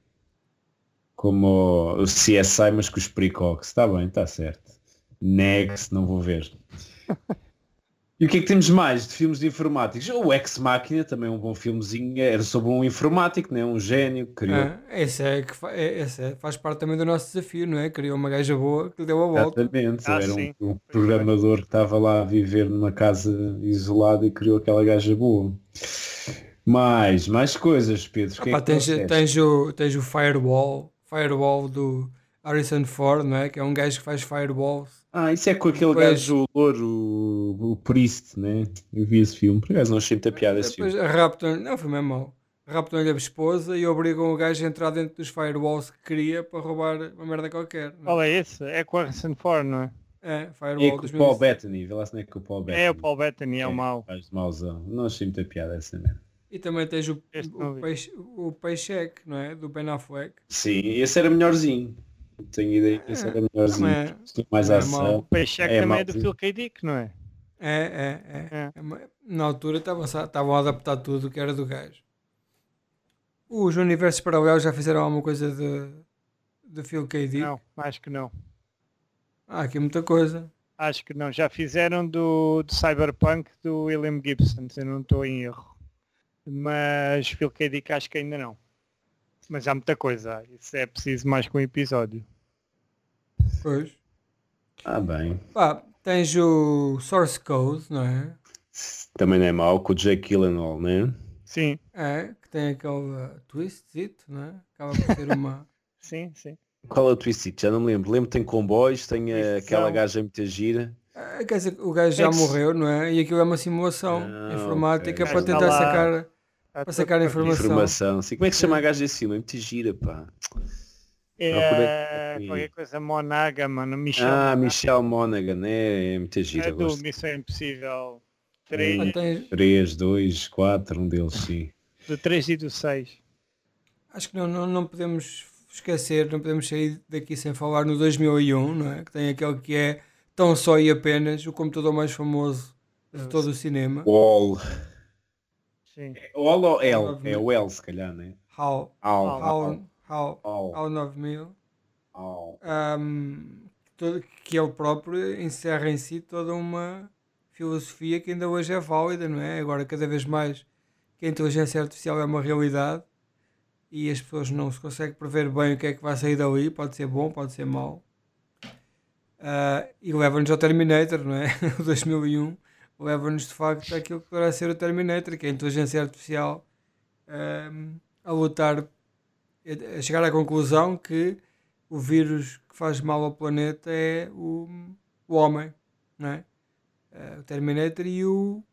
B: como o CSI, mas com os precox. Está bem, está certo. Next, não vou ver. E o que é que temos mais de filmes de informáticos? O Ex Máquina também é um bom filmezinho, era sobre um informático, né? um gênio que criou
A: Ah, esse é que fa- é- esse é- faz parte também do nosso desafio, não é? Criou uma gaja boa que lhe deu a volta.
B: Exatamente,
D: Ah,
B: era um-
D: sim.
B: um, programador que estava lá a viver numa casa isolada e criou aquela gaja boa. Mais, mais coisas, Pedro. o
A: Ah,
B: que é
A: pá,
B: que
A: tens,
B: trouxeste?
A: tens o, tens o Firewall, Firewall do Harrison Ford, não é? Que é um gajo que faz firewalls.
B: Ah, isso é com aquele
A: Pois.
B: gajo louro, o, o Priest, né? Eu vi esse filme, por acaso não achei muita piada esse
A: Depois
B: filme.
A: raptam não foi mesmo mau. Raptam-lhe a esposa e obrigam o gajo a entrar dentro dos firewalls que queria para roubar uma merda qualquer. não é?
D: Qual é esse? É com a Harrison Ford, não é?
A: É,
B: E é
A: firewall
B: com
A: dos
B: o Paul Bettany, vê lá se não é com o Paul Bettany.
D: É o Paul Bettany, é o mau.
B: Faz de mauzão. Não achei muita piada essa merda.
A: E também tens o,
D: Este não
A: o,
D: vi.
A: peixe, o Paycheck, não é? Do Ben Affleck.
B: Sim, esse era melhorzinho. Tenho ideia que esse era melhorzinho.
A: não é-
B: Tinha mais
A: não é mau.
D: O
B: ação.
D: Paycheck
B: É
D: também é
B: mau,
D: do
B: sim.
D: Phil K. Dick, não é?
A: É, é, é.
D: É.
A: É uma- Na altura estavam a- estavam a adaptar tudo o que era do gajo. Os universos paralelos já fizeram alguma coisa de, de Phil K. Dick?
D: Não, acho que não.
A: Há aqui muita coisa.
D: Acho que não. Já fizeram do, do Cyberpunk do William Gibson, se eu não estou em erro. Mas Phil K. Dick acho que ainda não. Mas há muita coisa. Isso é preciso mais que um episódio.
A: Pois.
B: Ah, bem.
A: Pá, tens o Source Code, não é?
B: Também não é mau, com o Jake Gyllenhaal, né?
D: Sim,
A: É, que tem aquele twistzito, não é? Acaba por ser
B: (laughs)
A: uma...
D: sim, sim.
B: Qual é o Twisted? Já não me lembro. Lembro que tem comboios, tem eh,
D: Twisted
B: aquela
D: Sound.
B: gaja muito gira.
A: Ah, Quer dizer, o gajo já
B: É que se-
A: morreu, não é? E aquilo é uma simulação
B: Ah,
A: informática
B: ok.
A: para
D: Mas está
A: tentar
D: lá.
A: sacar...
D: Há
A: Para
D: tudo
A: sacar a
B: Informação.
A: informação.
B: Sim, como é que se chama a gaja desse filme? É muito gira, pá.
D: É,
B: Procurei-
D: qualquer coisa Monaga, mano. Michel
B: Ah,
D: Monaga.
B: Michelle Monaghan, é, é muito gira.
D: é do
B: Gosto.
D: Missão Impossível 3,
A: Ah, tens-
B: 3, 2, 4, um deles sim.
D: do 3 e do 6.
A: Acho que não, não, não podemos esquecer, não podemos sair daqui sem falar no 2001, não é? Que tem aquele que é tão só e apenas o computador mais famoso de todo o cinema.
B: All.
D: Sim.
B: All ou L? É o L, se calhar, né?
A: HAL.
B: All.
A: HAL. HAL.
B: All.
A: HAL 9000.
B: All.
A: ahm, todo- que ele próprio encerra em si toda uma filosofia que ainda hoje é válida, não é? Agora, cada vez mais que a inteligência artificial é uma realidade e as pessoas não se conseguem prever bem o que é que vai sair dali, pode ser bom, pode ser mau. Ah, e leva-nos ao Terminator, não é? (laughs) O 2001 leva-nos de facto àquilo que poderá ser o Terminator, que é a inteligência artificial ahm, a lutar, a a chegar à conclusão que o vírus que faz mal ao planeta é o, o homem, não é? eh, o Terminator e o.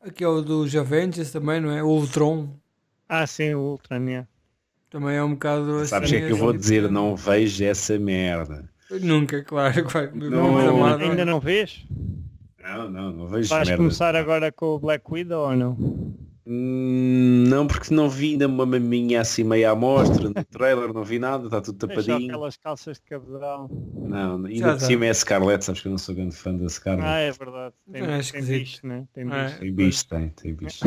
A: Aquele dos Avengers também, não é? O Ultron.
D: Ah, sim, o né? Ultron, yeah.
A: Também é um bocado assim.
B: Sabes o que é que eu vou dizer? Não vejo essa merda.
A: Nunca, claro. (laughs) que vai-
B: Não,
A: vamos
B: não,
A: amar,
B: Ultron.
D: Ainda não vês?
B: Não, não, não vejo
D: Vais
B: merda.
D: começar agora com o Black Widow ou não?
B: Hum, Não, porque não vi ainda uma maminha assim meio à mostra no trailer, não vi nada, está tudo
D: Deixa
B: tapadinho.
D: aquelas calças de cabedal.
B: Não, ainda
A: Já
B: por
A: dá.
B: cima é a Scarlett, sabes que eu não sou grande fã da Scarlett.
D: Ah, é verdade. Tem,
A: Então é
D: tem
A: esquisito.
D: bicho, né? Tem
A: Ah, é.
D: bicho.
B: Tem bicho, tem, tem bicho.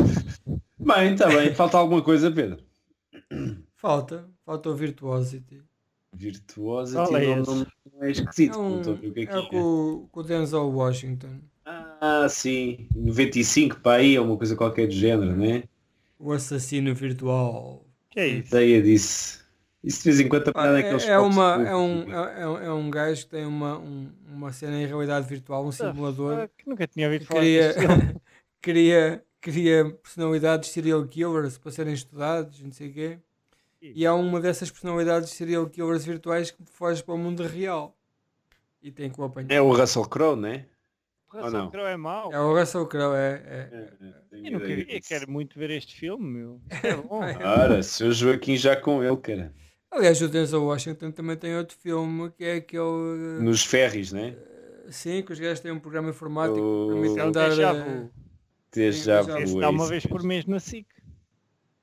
B: bem, está bem, falta alguma coisa, Pedro.
A: Falta. Falta o Virtuosity.
B: Virtuosity
D: Qual é
B: não, não, não é esquisito,
A: É um-
B: não estou a ver o que é
A: É o
B: que
A: com,
B: é.
A: o- com o Denzel Washington.
B: Ah, sim, 95 para aí, é uma coisa qualquer do género, né?
A: O assassino virtual.
D: Que é isso?
B: Ideia disso. Isso de vez em quando
A: Pá,
B: também dá
A: é,
B: aqueles
A: é
B: toques
A: uma,
B: de-
A: é, um, é, é um- é um gajo que tem uma, um- uma cena em realidade virtual, um
D: Ah,
A: simulador.
D: que nunca tinha ouvido
A: que
D: falar
A: Cria, (laughs)
D: disso.
A: cria, cria personalidades serial killers para serem estudados, não sei o quê. E há uma dessas personalidades serial killers virtuais que foge para o mundo real. E tem que o apanhar.
B: É o Russell Crowe, né?
D: Russell
B: Ou não?
D: Crowe é mau.
A: É o Russell Crowe, é. é.
B: Eu
D: Eu nunca vi.
B: É
D: Eu quero muito ver este filme, meu. Isto é
A: (laughs)
D: bom.
B: Ora, seu Joaquim já com ele, cara.
A: Aliás, o Denzel Washington também tem outro filme que é aquele.
B: Nos ferries, né?
A: eh, Sim, que os gajos têm um programa informático
B: O-
A: que permite
D: É o
A: mudar.
D: Deja
A: eh,
D: Vu.
B: Esse
A: Sim,
B: já
A: eu já
B: vou,
D: Esse
B: é
D: dá uma
B: isso
D: vez
B: mesmo.
D: por mês na SIC.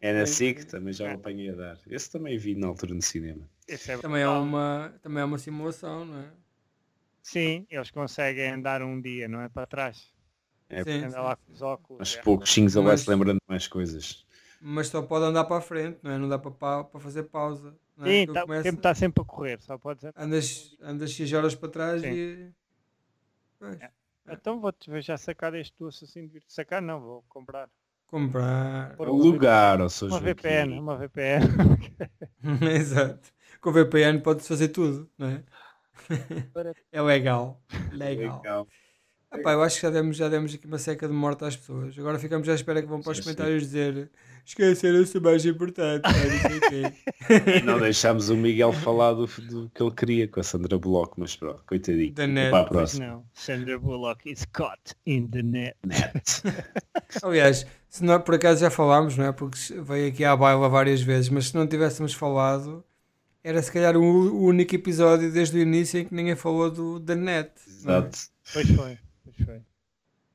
B: É na
A: Tem-
B: SIC, também já o apanhei a dar. Esse também vi na altura no cinema.
D: Esse é
A: Também é,
D: brutal.
A: uma, também é uma simulação, não é?
D: Sim, eles conseguem andar um dia, não é? Para trás.
B: É,
A: sim,
D: Andar
A: sim.
D: lá com os óculos.
B: Aos
D: é.
B: pouquinhos ele
A: Mas-
B: vai-se lembrando de mais coisas.
A: Mas só pode andar para a frente, não é? Não dá para, pa- para fazer pausa. Não é?
D: Sim,
A: Aquilo
D: tá- o
A: começa-
D: tempo está sempre a correr, só pode dizer.
A: andas, andas 6 horas para trás
D: Sim.
A: e. Pois,
D: Então vou-te vou já sacar este do assassino virtual. Sacar não, vou comprar.
A: comprar.
D: Por- uma
B: É Lugar, ao seu
D: Uma
B: Joaquim.
D: VPN, uma VPN.
A: (laughs) Exato. Com o VPN pode-se fazer tudo, não é?
D: Para-
A: (laughs) é legal. Legal.
B: Legal.
A: Epá, eu acho que já demos, já demos aqui uma seca de morte às pessoas. Agora ficamos à espera que vão para os
B: Sim, sim.
A: comentários dizer esqueceram-se o mais importante. pá, não sei o quê."
B: E não deixámos o Miguel falar do, do que ele queria com a Sandra Bullock, mas pronto, coitadinho.
A: Da
B: Fica
A: net,
B: Para a
D: Pois
B: próxima.
D: não. Sandra Bullock is caught in the (laughs) net.
A: Aliás, se não, é, por acaso já falámos, não é? Porque se- veio aqui à baila várias vezes, mas se não tivéssemos falado, era se calhar o, o único episódio desde o início em que ninguém falou do, da net. não é?
B: Exato.
D: Pois foi, pois foi.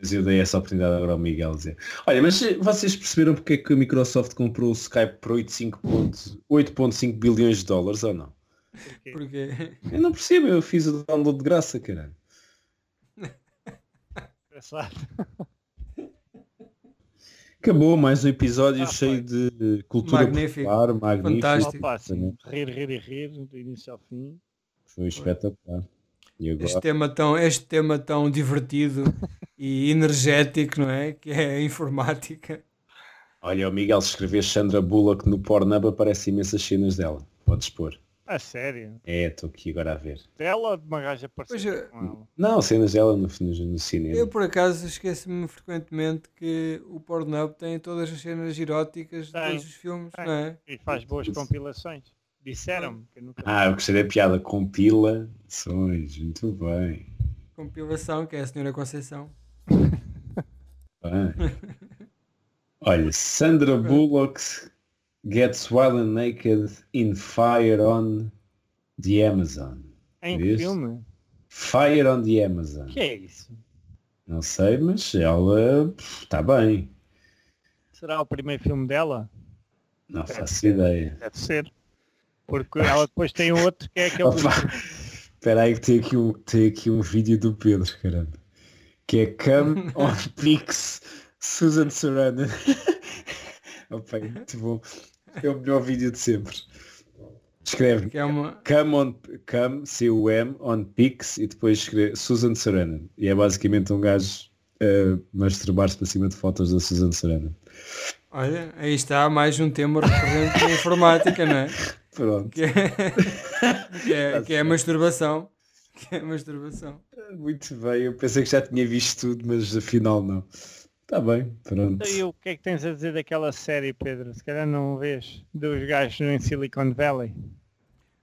B: Mas eu dei essa oportunidade agora ao Miguel dizer. Olha, mas eh, vocês perceberam porque é que a Microsoft comprou o Skype por 8,5 ponto- 8,5 bilhões de dólares ou não?
A: Porque
B: Eu não percebo, eu fiz o download de graça, caralho.
D: Engraçado.
B: Acabou mais um episódio
D: Ah,
B: cheio
D: foi.
B: de eh, cultura
A: Magnífico.
B: popular, magnífico.
A: Fantástico. Este-
D: Opa, assim,
B: Né?
D: rir, rir e rir, do início ao fim.
B: Foi espetacular. E agora?
A: este tema tão, este tema tão divertido e energético, não é? Que é a informática.
B: Olha, o Miguel, se escrever Sandra Bullock no Pornhub aparecem imensas cenas dela. Podes pôr.
D: A sério.
B: É, estou aqui agora a ver.
D: Dela ou de uma gaja parecida
A: Pois é.
D: com ela?
B: Não, cenas dela no, no- no cinema.
A: Eu por acaso esqueço-me frequentemente que o Pornhub tem todas as cenas eróticas de
D: Tem.
A: todos os filmes,
D: Tem.
A: não é?
D: E faz boas
B: Isso.
D: compilações. Disseram-me que eu nunca
B: Ah, eu gostei da piada. Compilações. Muito bem.
A: Compilação, que é a Senhora Conceição.
B: bem. Olha, Sandra Bullock gets wild and naked in Fire on the Amazon.
D: Em
B: Viste?
D: filme?
B: Fire on the Amazon.
D: que é isso?
B: Não sei, mas ela está bem.
D: Será o primeiro filme dela?
B: Não faço ideia.
D: Deve ser. Porque ela depois tem outro que é aquele
B: Opa, Espera aí que tem aqui, um, tem aqui um vídeo do Pedro, caramba. Que é
D: (laughs)
B: Come on Pix Susan Sarandon. (laughs) Opa, é muito bom. É o melhor vídeo de sempre. Escreve
A: Que é uma.
B: Come on Come, C-U-M, on Pix e depois escreve Susan Sarandon. E é basicamente um gajo a masturbar-se para cima de fotos da Susan Sarandon.
A: Olha, aí está mais um tema recorrente da informática, não é?
B: Pronto.
A: Que é, que é, que é a masturbação. Que é a masturbação.
B: Muito bem, eu pensei que já tinha visto tudo, mas afinal não. Está bem, pronto.
D: Então, E o que é que tens a dizer daquela série, Pedro? Se calhar não vês dos gajos em Silicon Valley.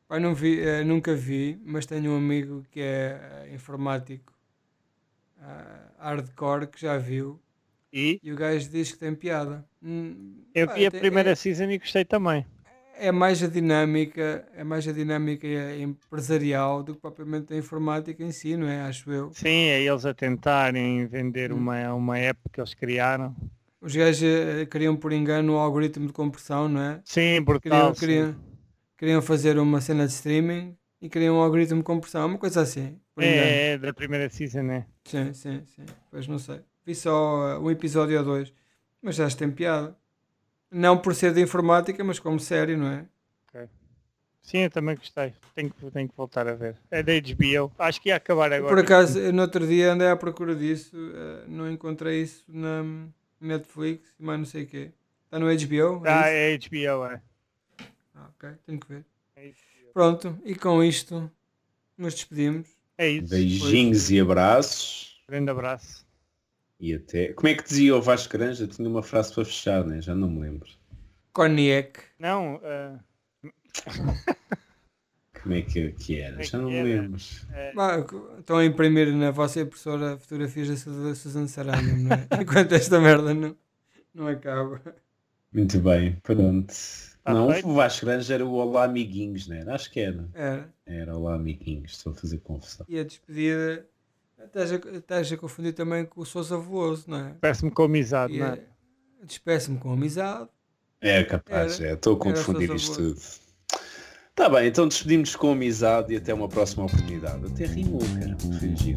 A: Pai, não vi, eh, nunca vi, mas tenho um amigo que é eh, informático. ah, hardcore que já viu
D: E
A: e o gajo diz que tem piada. Hum,
D: eu
A: pá,
D: vi a
A: tem-
D: primeira
A: é-
D: season e gostei também.
A: é mais a dinâmica, é mais a dinâmica eh, empresarial do que propriamente a informática em si, não é? Acho eu.
D: Sim, é eles a tentarem vender
A: Hum.
D: uma, uma app que eles criaram.
A: Os gajos eh, queriam por engano o algoritmo de compressão, não é?
D: Sim, brutal.
A: Queriam,
D: sim.
A: queriam, queriam fazer uma cena de streaming e queriam um algoritmo de compressão, uma coisa assim. Por engano.
D: É, é, da primeira season, né?
A: Sim, sim, sim. Pois não sei. Vi só eh, um episódio ou dois, mas já acho que tem piada. Não por ser de informática, mas como série, não é?
D: Sim, eu também gostei. Tenho que, tenho que voltar a ver. É da HBO. Acho que ia acabar
A: Eu,
D: agora.
A: Por acaso, eu no outro dia andei à procura disso, eh, não encontrei isso na Netflix e mais não sei o quê. Está no HBO?
D: Ah,
A: é isso?
D: é HBO, é.
A: Ah, ok, tenho que ver.
D: É isso.
A: Pronto, e com isto nos despedimos.
D: É isso.
B: Beijinhos e abraços.
D: Grande abraço.
B: E até. Como é que dizia o Vasco Granja? Tinha uma frase para fechar, né? Já não me lembro.
A: Cognac.
D: Não, ah,
B: Como é que, que era? Já não me lembro.
A: Vá, co- Estão a imprimir na vossa impressora fotografias da Su- da Susan Sarandon, não é? Enquanto esta merda não, não acaba.
B: Muito bem, pronto.
D: Tá
B: não,
D: feito.
B: o Vasco Granja era o Olá Amiguinhos, né? Acho que era.
A: Era.
B: Era Olá Amiguinhos, estou a fazer confusão.
A: E a despedida. Estás a, estás a confundir também com o Sousa Veloso, não é?
D: Parece-me com amizade,
A: E
D: não é?
A: é- Despeço-me com amizade.
B: É capaz,
A: Era.
B: é. Estou a
A: Era o
B: confundir
A: Sousa
B: isto
A: Boa.
B: tudo. Tá bem, então despedimos com amizade e até uma próxima oportunidade. Até rimou, cara. Foi giro.